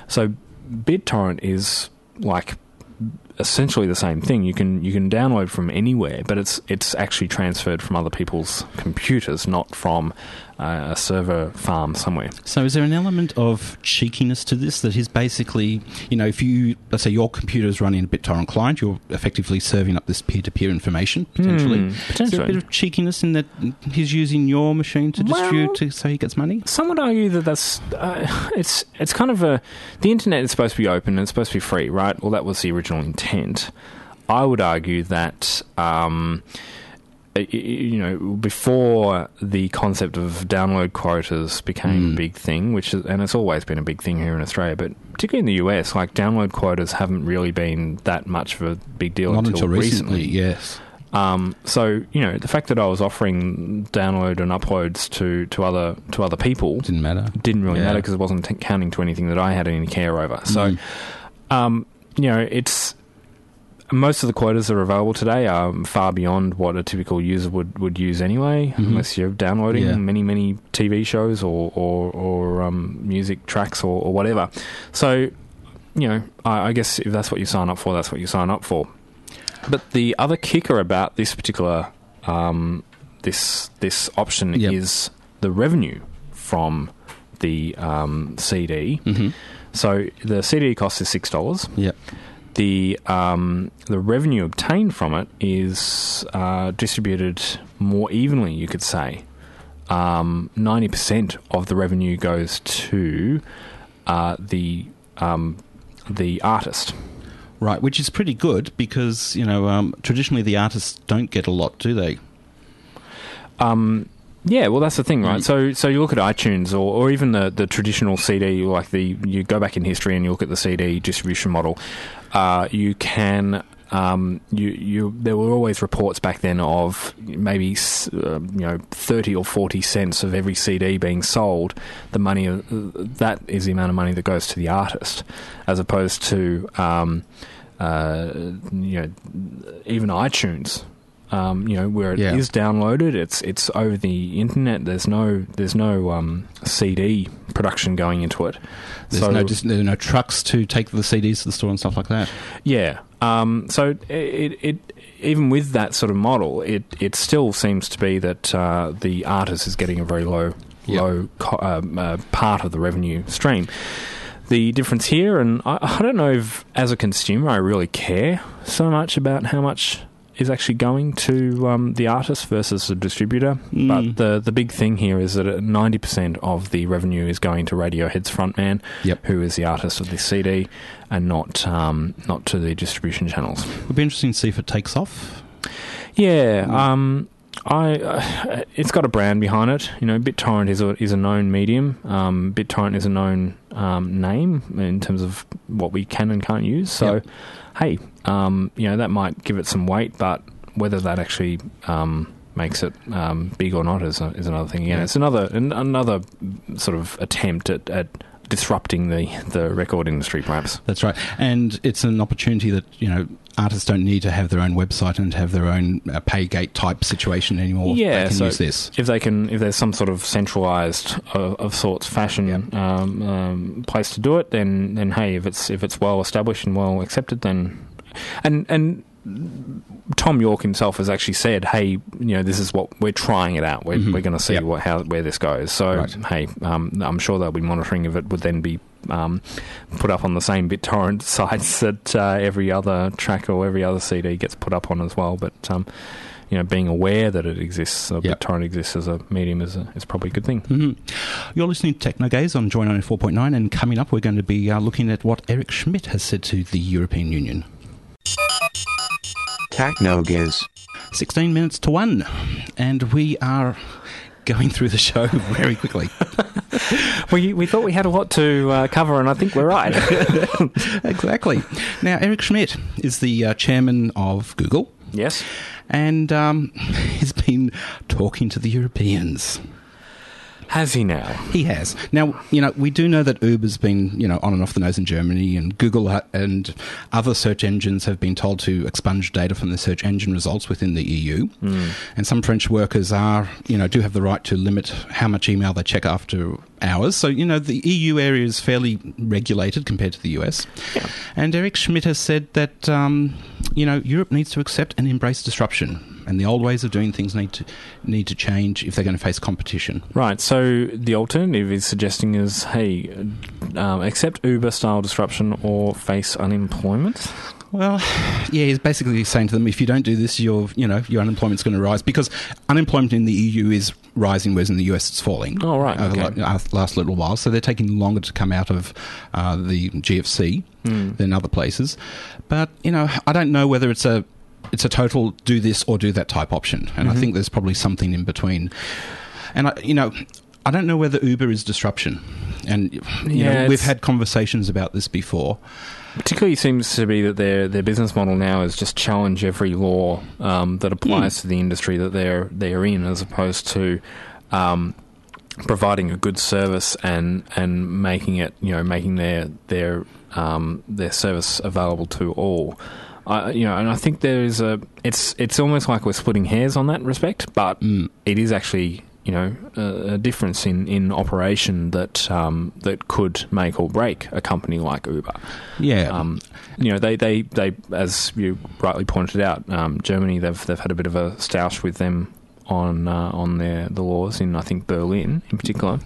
D: So BitTorrent is like essentially the same thing. You can you can download from anywhere, but it's it's actually transferred from other people's computers, not from uh, a server farm somewhere.
C: So is there an element of cheekiness to this that is basically you know if you let's say your computer is running a BitTorrent client, you're effectively serving up this peer-to-peer information potentially.
D: Hmm,
C: Is there a
D: potentially.
C: bit of cheekiness in that he's using your machine to distribute
D: Well-
C: to, so he gets money?
D: Some would argue that that's uh, it's it's kind of a the internet is supposed to be open and it's supposed to be free, right? Well, that was the original intent. I would argue that um, y- y- you know before the concept of download quotas became
C: Mm.
D: a big thing, which is and it's always been a big thing here in Australia, but particularly in the US, like download quotas haven't really been that much of a big deal
C: Not
D: until,
C: until recently,
D: recently.
C: yes.
D: Um, so you know the fact that I was offering download and uploads to, to other to other people
C: Didn't matter.
D: didn't really
C: Yeah.
D: matter because it wasn't t- counting to anything that I had any care over. So,
C: Mm.
D: um, you know, it's most of the quotas that are available today are far beyond what a typical user would, would use anyway, unless you're downloading
C: Mm-hmm. Yeah.
D: many, many TV shows or, or, or um, music tracks or, or whatever. So, you know, I, I guess if that's what you sign up for, that's what you sign up for. But the other kicker about this particular um, this this option
C: Yep.
D: is the revenue from the um, CD.
C: Mhm.
D: So the CD cost is six dollars.
C: Yeah.
D: The um, the revenue obtained from it is uh, distributed more evenly, you could say. Um, Ninety percent of the revenue goes to uh, the um, the artist.
C: Right, which is pretty good because you know um, traditionally the artists don't get a lot, do they?
D: Yeah, well, that's the thing, right?
C: Mm.
D: So, so you look at iTunes or, or even the, the traditional CD, like the you go back in history and you look at the CD distribution model. Uh, you can um, you you there were always reports back then of maybe s- uh, you know thirty or forty cents of every CD being sold. The money of, that is the amount of money that goes to the artist, as opposed to um, uh, you know even iTunes. Um, you know where it is
C: Yeah.
D: downloaded. It's it's over the internet. There's no there's no um, CD production going into it.
C: There's no just, there are no trucks to take the CDs to the store and stuff like that.
D: yeah. Um, so it, it it even with that sort of model, it it still seems to be that uh, the artist is getting a very low
C: Yeah.
D: low co- um, uh, part of the revenue stream. The difference here, and I, I don't know if as a consumer I really care so much about how much is actually going to um, the artist versus the distributor. But the the big thing here is that ninety percent of the revenue is going to Radiohead's frontman,
C: Yep.
D: who is the artist of this CD, and not um, not to the distribution channels.
C: It'll be interesting to see if it takes off.
D: Yeah, um, I uh, it's got a brand behind it. You know, BitTorrent is a is a known medium. Um, BitTorrent is a known um, name in terms of what we can and can't use. So,
C: Yep.
D: hey, um, you know that might give it some weight, but whether that actually um, makes it um, big or not is, a, is another thing. Again,
C: Yeah.
D: it's another an, another sort of attempt at. at Disrupting the, the record industry, perhaps.
C: That's right, and it's an opportunity that you know artists don't need to have their own website and have their own uh, paygate type situation anymore. they can
D: so
C: use this.
D: If they can, if there's some sort of centralized of, of sorts fashion um, um, place to do it, then then hey, if it's if it's well established and well accepted, then and and. Tom York himself has actually said, "Hey, you know, this is what we're trying it out. We're,
C: Mhm.
D: we're going to see
C: Yep.
D: what, how where this goes." So,
C: Right.
D: hey, um, I'm sure they'll be monitoring if it would then be um, put up on the same BitTorrent sites that uh, every other track or every other CD gets put up on as well. But um, you know, being aware that it exists, uh,
C: Yep.
D: BitTorrent exists as a medium is, a, is probably a good thing.
C: Mhm. You're listening to Techno Gaze on Joy 94.9, and coming up, we're going to be uh, looking at what Eric Schmidt has said to the European Union.
F: Technogiz.
C: 16 minutes to one, and we are going through the show very quickly.
D: We, we thought we had a lot to uh, cover, and I think we're right.
C: exactly. Now, Eric Schmidt is the uh, chairman of Google,
D: yes.
C: and um, he's been talking to the Europeans.
D: Has he now?
C: He has. Now, you know, we do know that Uber's been, you know, on and off the nose in Germany, and Google ha- and other search engines have been told to expunge data from their search engine results within the EU. And some French workers are, you know, do have the right to limit how much email they check after hours. So, you know, the EU area is fairly regulated compared to the US. And Eric Schmidt has said that, um, you know, Europe needs to accept and embrace disruption. And the old ways of doing things need to need to change if they're going to face competition.
D: Right. So the alternative is suggesting is hey, um, accept Uber style disruption or face unemployment.
C: Well, yeah, he's basically saying to them, if you don't do this, your you know your unemployment's going to rise because unemployment in the EU is rising, whereas in the US it's falling.
D: Oh, right,
C: Over
D: okay.
C: like, uh, last little while, so they're taking longer to come out of uh, the GFC
D: Hmm.
C: than other places. But you know, I don't know whether it's a it's a total do this or do that type option, and
D: Mm-hmm.
C: I think there's probably something in between. And I, you know. I don't know whether Uber is disruption, and you
D: Yeah,
C: know,
D: it's-
C: we've had conversations about this before.
D: Particularly seems to be that their their business model now is just challenge every law um, that applies to the industry that they're they're in, as opposed to um, providing a good service and and making it you know making their their um, their service available to all. I, you know, and I think there is a. It's it's almost like we're splitting hairs on that respect, but it is actually you know a, a difference in, in operation that um, that could make or break a company like Uber.
C: Yeah.
D: Um, you know, they, they, they as you rightly pointed out, um, Germany they've they've had a bit of a stoush with them on uh, on their the laws in I think Berlin in particular.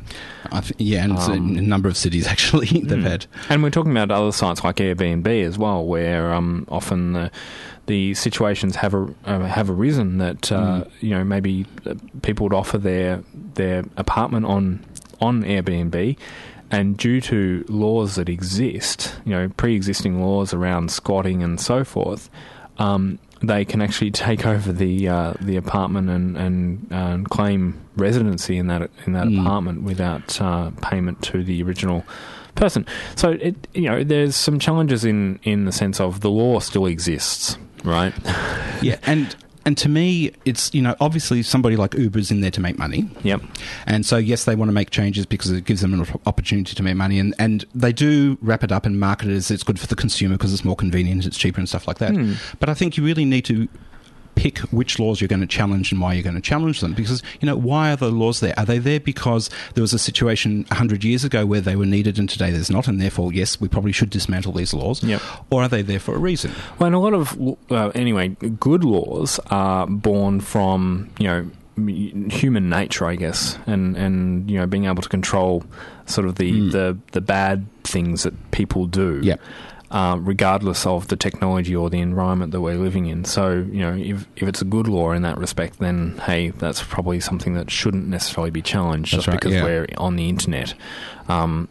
C: I th- yeah, and it's
D: um,
C: in a number of cities actually they've had.
D: Mm. And we're talking about other sites like Airbnb as well, where um, often the, the situations have a, uh, have arisen that uh,
C: Mm.
D: you know maybe uh, people would offer their their apartment on on Airbnb, and due to laws that exist, you know, pre-existing laws around squatting and so forth. Um, they can actually take over the uh, the apartment and and, uh, and claim residency in that in that
C: Mm.
D: apartment without uh, payment to the original person. So it you know there's some challenges in in the sense of the law still exists, right?
C: Yeah, and and to me, it's you know obviously somebody like Uber's in there to make money.
D: yep.
C: And so, yes, they want to make changes because it gives them an op- opportunity to make money. And, and they do wrap it up and market it as it's good for the consumer because it's more convenient, it's cheaper, and stuff like that. But I think you really need to pick which laws you're going to challenge and why you're going to challenge them because you know why are the laws there are they there because there was a situation 100 years ago where they were needed and today there's not and therefore yes we probably should dismantle these laws
D: Yep.
C: or are they there for a reason
D: Well, and a lot of uh, anyway, good laws are born from you know m- human nature, I guess, and and you know being able to control sort of the the, the bad things that people do.
C: Hmm. Yep.
D: Uh, regardless of the technology or the environment that we're living in, so you know if if it's a good law in that respect, then hey, that's probably something that shouldn't necessarily be challenged
C: That's
D: just
C: right,
D: because
C: yeah.
D: we're on the internet. Um,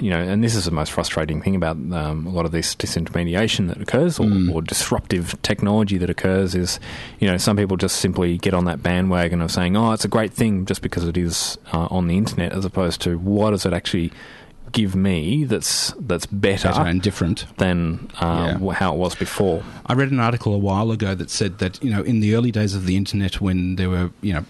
D: you know, and this is the most frustrating thing about um, a lot of this disintermediation that occurs or,
C: Hmm.
D: or disruptive technology that occurs is, you know, some people just simply get on that bandwagon of saying, oh, it's a great thing just because it is uh, on the internet, as opposed to what does it actually give me that's that's better,
C: Better and different
D: than
C: Yeah.
D: uh, wh how it was before.
C: I read an article a while ago that said that you know in the early days of the internet when there were you know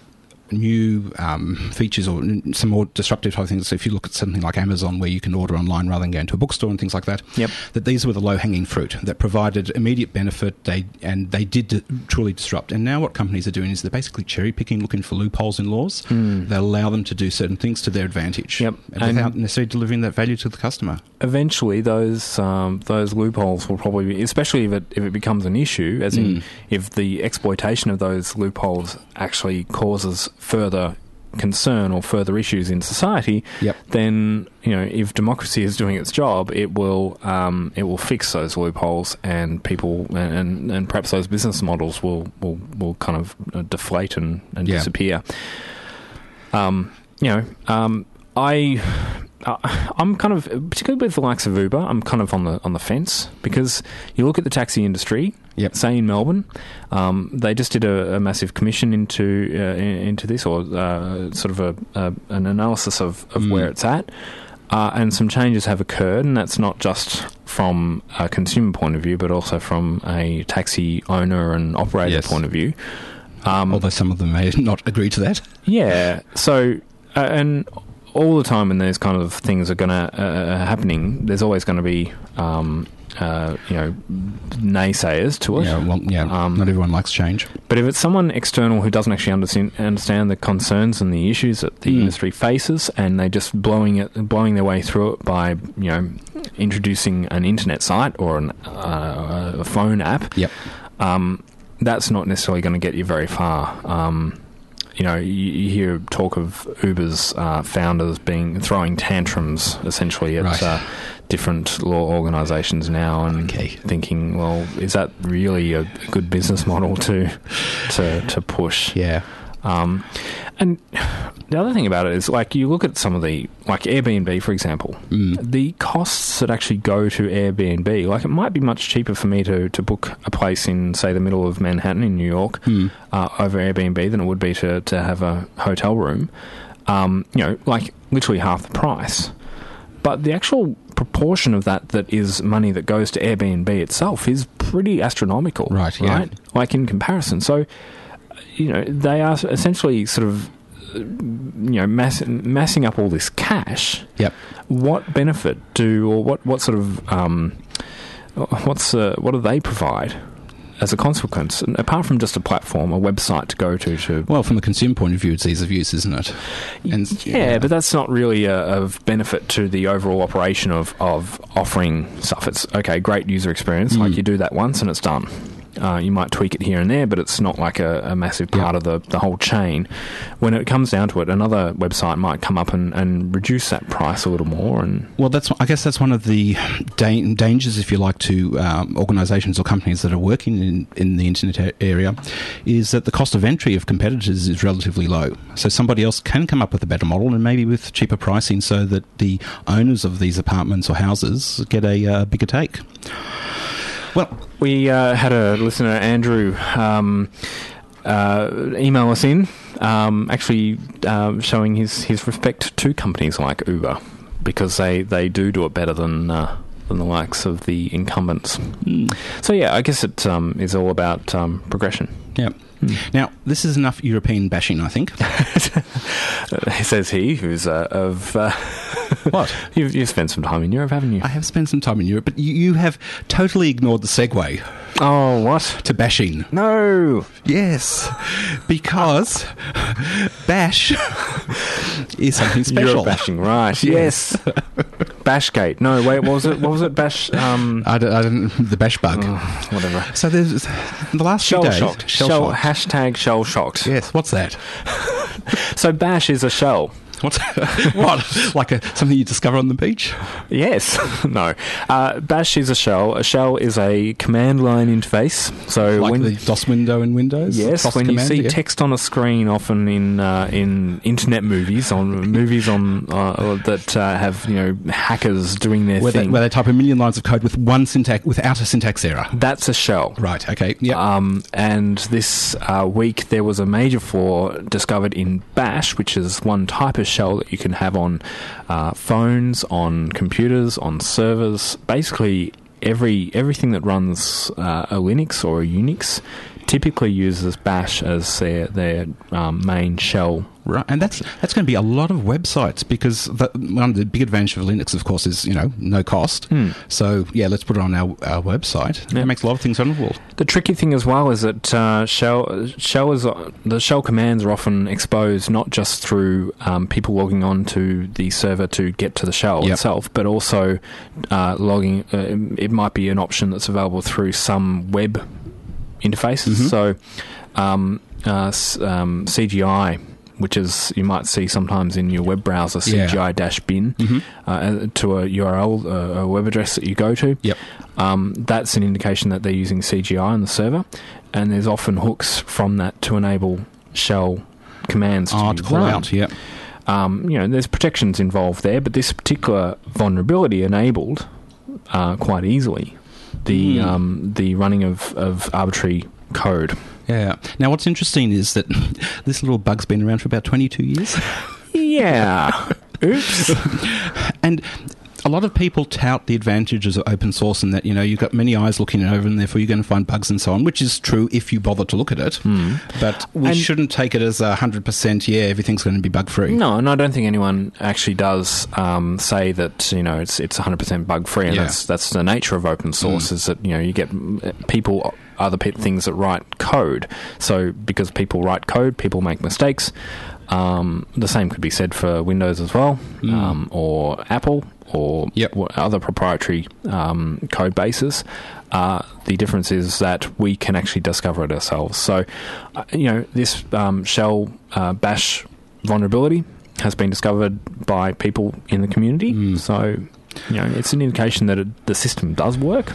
C: new um, features or n- some more disruptive type things. So if you look at something like Amazon, where you can order online rather than going to a bookstore and things like that,
D: Yep.
C: that these were the low hanging fruit that provided immediate benefit. They and they did di- truly disrupt. And now what companies are doing is they're basically cherry picking, looking for loopholes in laws that allow them to do certain things to their advantage,
D: Hmm. Yep. And-
C: without necessarily delivering that value to the customer.
D: eventually those um, those loopholes will probably be, especially if it if it becomes an issue, as
C: Hmm.
D: in if the exploitation of those loopholes actually causes further concern or further issues in society,
C: Yep.
D: then you know if democracy is doing its job, it will um, it will fix those loopholes and people and, and, and perhaps those business models will will, will kind of uh, deflate and, and
C: Yeah.
D: disappear. Um, you know, um, I I- I'm kind of particularly with the likes of Uber. I'm kind of on the on the fence because you look at the taxi industry.
C: Yep.
D: Say in Melbourne, um, they just did a, a massive commission into uh, in- into this, or uh, sort of a, a an analysis of, of
C: Mm.
D: where it's at, uh, and some changes have occurred, and that's not just from a consumer point of view, but also from a taxi owner and operator
C: Yes.
D: point of view. Um,
C: Although some of them may not agree to that.
D: yeah. So, uh, and all the time when those kind of things are going to uh, are happening, there's always going to be, um, uh, you know, naysayers to it.
C: Yeah, well, yeah.
D: Um,
C: not everyone likes change.
D: But if it's someone external who doesn't actually understand, understand the concerns and the issues that the
C: Mm.
D: industry faces, and they just blowing it, blowing their way through it by you know introducing an internet site or an, uh, a phone app,
C: Yep.
D: um, that's not necessarily going to get you very far. Um, you know, you, you hear talk of Uber's uh, founders being throwing tantrums essentially at
C: Right.
D: uh, different law organisations now, and
C: Okay.
D: thinking, well, is that really a good business model to to to push?
C: Yeah.
D: Um, and the other thing about it is, like, you look at some of the, like Airbnb, for example, the costs that actually go to Airbnb, like, it might be much cheaper for me to, to book a place in, say, the middle of Manhattan in New York uh, over Airbnb than it would be to, to have a hotel room. Um, you know, like, literally half the price. But the actual proportion of that that is money that goes to Airbnb itself is pretty astronomical.
C: Right, yeah.
D: Like, in comparison. So, you know, they are essentially sort of, uh, you know, mass, massing up all this cash.
C: Yep.
D: What benefit do, or what, what sort of um, what's uh, what do they provide as a consequence? And apart from just a platform, a website to go to to
C: Well, from the consumer point of view, it's ease of use, isn't it? And
D: yeah, but that's not really a, of benefit to the overall operation of, of offering stuff. It's okay, great user experience. Like you do that once and it's done. Uh, you might tweak it here and there, but it's not like a, a massive part of the, the whole chain. When it comes down to it, another website might come up and, and reduce that price a little more. And
C: Well, that's I guess that's one of the da- dangers, if you like, to um, organisations or companies that are working in, in the internet a- area, is that the cost of entry of competitors is relatively low. So somebody else can come up with a better model and maybe with cheaper pricing, so that the owners of these apartments or houses get a uh, bigger take. Well,
D: we uh, had a listener, Andrew, um, uh, email us in, um, actually uh, showing his, his respect to companies like Uber because they, they do do it better than uh, than the likes of the incumbents.
C: Mm.
D: So yeah, I guess it um, is all about um, progression.
C: yeah. Now this is enough European bashing, I think.
D: Says he, who's uh, of uh,
C: What?
D: you've, you've spent some time in Europe, haven't you?
C: I have spent some time in Europe, but you, you have totally ignored the segue
D: oh, what?
C: to bashing.
D: No.
C: Yes, because bash is something special.
D: Europe bashing, right? yes. Bashgate. No, wait. What was it? What was it? Bash. Um,
C: I don't, I don't, the bash bug.
D: Oh, whatever.
C: So there's the last few
D: Shell
C: days.
D: shocked. Shell, hashtag shell shocked.
C: Yes, what's that?
D: So bash is a shell.
C: What's what? Like a, something you discover on the beach?
D: Yes. no. Uh, bash is a shell. A shell is a command line interface. So
C: Like
D: when
C: the DOS window in Windows?
D: yes,
C: DOS
D: when
C: command,
D: you see
C: yeah.
D: text on a screen, often in uh, in internet movies, on movies on uh, or that uh, have you know hackers doing their
C: where they,
D: thing.
C: where they type a million lines of code with one syntax without a syntax error.
D: that's a shell.
C: Right. Okay. Yeah.
D: Um, and this uh, week there was a major flaw discovered in Bash, which is one type of shell that you can have on uh, phones, on computers, on servers. Basically, every everything that runs uh, a Linux or a Unix typically uses Bash as their their um, main shell.
C: Right, and that's that's going to be a lot of websites because the, one of the big advantage of Linux, of course, is you know no cost. So yeah, let's put it on our, our website.
D: Hmm. Yeah.
C: It makes a lot of things runnable.
D: The tricky thing as well is that uh, shell shell is the shell commands are often exposed not just through um, people logging on to the server to get to the shell
C: Yep.
D: itself, but also uh, logging. Uh, it- it might be an option that's available through some web interfaces.
C: Mm-hmm.
D: So um, uh, s- um, CGI. Which is you might see sometimes in your web browser
C: Yeah. Mm-hmm.
D: CGI-bin uh, to a URL, uh, a web address that you go to.
C: Yep.
D: Um, that's an indication that they're using CGI on the server, and there's often hooks from that to enable shell commands to,
C: Ah,
D: be
C: to call
D: run.
C: out. Yeah,
D: Um, you know, there's protections involved there, but this particular vulnerability enabled uh, quite easily the
C: Hmm.
D: um, the running of, of arbitrary code.
C: yeah. Now, what's interesting is that this little bug's been around for about twenty two years,
D: Yeah. Oops.
C: and a lot of people tout the advantages of open source and that you know you've got many eyes looking over, and therefore you're going to find bugs and so on, which is true if you bother to look at it. But we
D: Hmm. And-
C: shouldn't take it as a hundred percent. Yeah, everything's going to be bug free.
D: No, and I don't think anyone actually does um, say that you know it's it's 100% bug free, and
C: Yeah. Mm.
D: that's that's the nature of open source is that you know you get mm, people other pe- things that write code. So because people write code, people make mistakes. Um, the same could be said for Windows as well, um, or Apple, or
C: Mm. Yep.
D: wha- other proprietary um, code bases. Uh, the difference is that we can actually discover it ourselves. So, uh, you know, this um, shell uh, bash vulnerability has been discovered by people in the community.
C: Hmm.
D: So, you know, it's an indication that it, the system does work.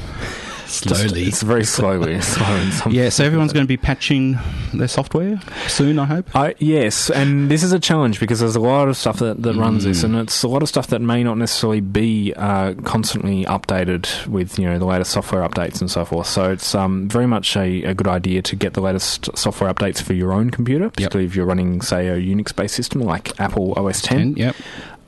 D: Just-
C: Slowly.
D: it's very slowly. slow in some
C: Yeah, so everyone's going to be patching their software soon, I hope.
D: I, yes, and this is a challenge because there's a lot of stuff that, that runs this,
C: Mm.
D: and it's a lot of stuff that may not necessarily be uh, constantly updated with you know the latest software updates and so forth. So it's um, very much a, a good idea to get the latest software updates for your own computer, particularly if you're running, say, a Unix-based system like Apple OS 10.
C: And, yep.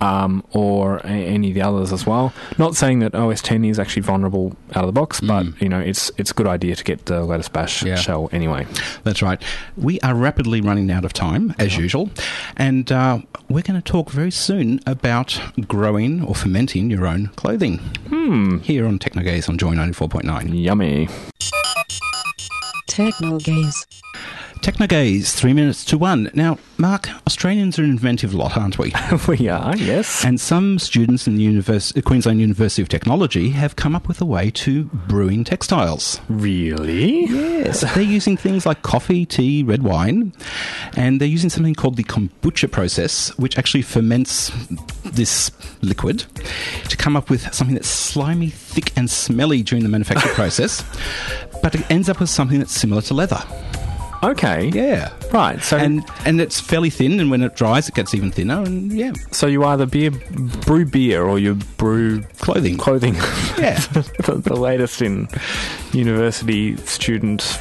D: um, or a- any of the others as well. Not saying that OS 10 is actually vulnerable out of the box, but you know it's it's a good idea to get the latest bash
C: Mm. Yeah.
D: shell anyway.
C: That's right. We are rapidly running out of time, as usual, and uh, we're going to talk very soon about growing or fermenting your own clothing here on Technogaze on Joy 94.9.
D: Yummy.
B: Techno gaze.
C: Technogaze, three minutes to one. Now, Mark, Australians are an inventive lot, aren't we?
D: we are yes.
C: And some students in the univers- Queensland University of Technology have come up with a way to brewing textiles.
D: Really?
C: Yes, they're using things like coffee, tea, red wine, and they're using something called the kombucha process, which actually ferments this liquid to come up with something that's slimy, thick, and smelly during the manufacture process, but it ends up with something that's similar to leather.
D: Okay.
C: Yeah.
D: Right. So
C: And and it's fairly thin, and when it dries, it gets even thinner. And yeah,
D: so you either beer brew beer or you brew
C: clothing.
D: clothing.
C: Yeah.
D: the, the latest in university student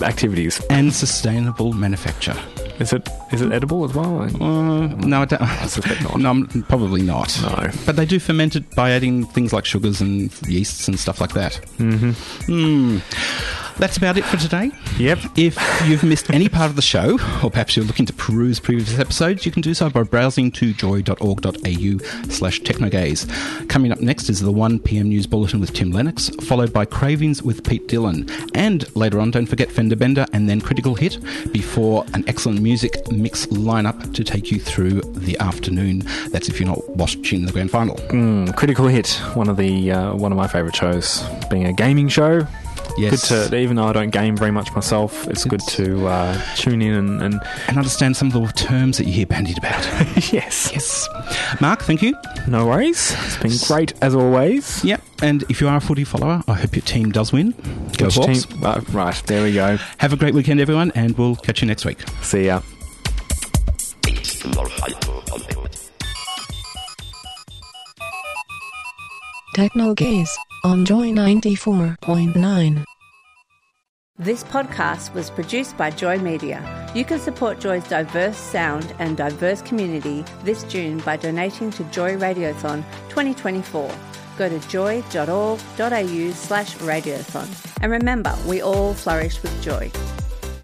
D: activities.
C: and sustainable manufacture.
D: Is it is it edible as well?
C: Uh, no, I don't. I
D: suspect not.
C: No, I'm- probably not.
D: No.
C: But they do ferment it by adding things like sugars and yeasts and stuff like that. Mm-hmm. That's about it for today.
D: Yep.
C: If you've missed any part of the show, or perhaps you're looking to peruse previous episodes, you can do so by browsing to joy.org.au slash technogaze. Coming up next is the 1 p.m. news bulletin with Tim Lennox, followed by Cravings with Pete Dillon. And later on, don't forget Fender Bender and then Critical Hit before an excellent music mix lineup to take you through the afternoon. That's if you're not watching the grand final.
D: Mm, Critical Hit, one of the uh, one of my favorite shows, being a gaming show.
C: Yes.
D: Good to, even though I don't game very much myself, it's, good to uh, tune in and, and
C: And understand some of the terms that you hear bandied about.
D: yes,
C: yes. Mark, thank you.
D: no worries. It's been great as always.
C: Yep. And if you are a footy follower, I hope your team does win. Go
D: Which
C: Hawks.
D: team- uh, right, there we go.
C: Have a great weekend, everyone, and we'll catch you next week.
D: See ya.
F: Techno Gaze on Joy 94.9.
G: This podcast was produced by Joy Media. You can support Joy's diverse sound and diverse community this June by donating to Joy Radiothon 2024. Go to joy.org.au slash radiothon. And remember, we all flourish with joy.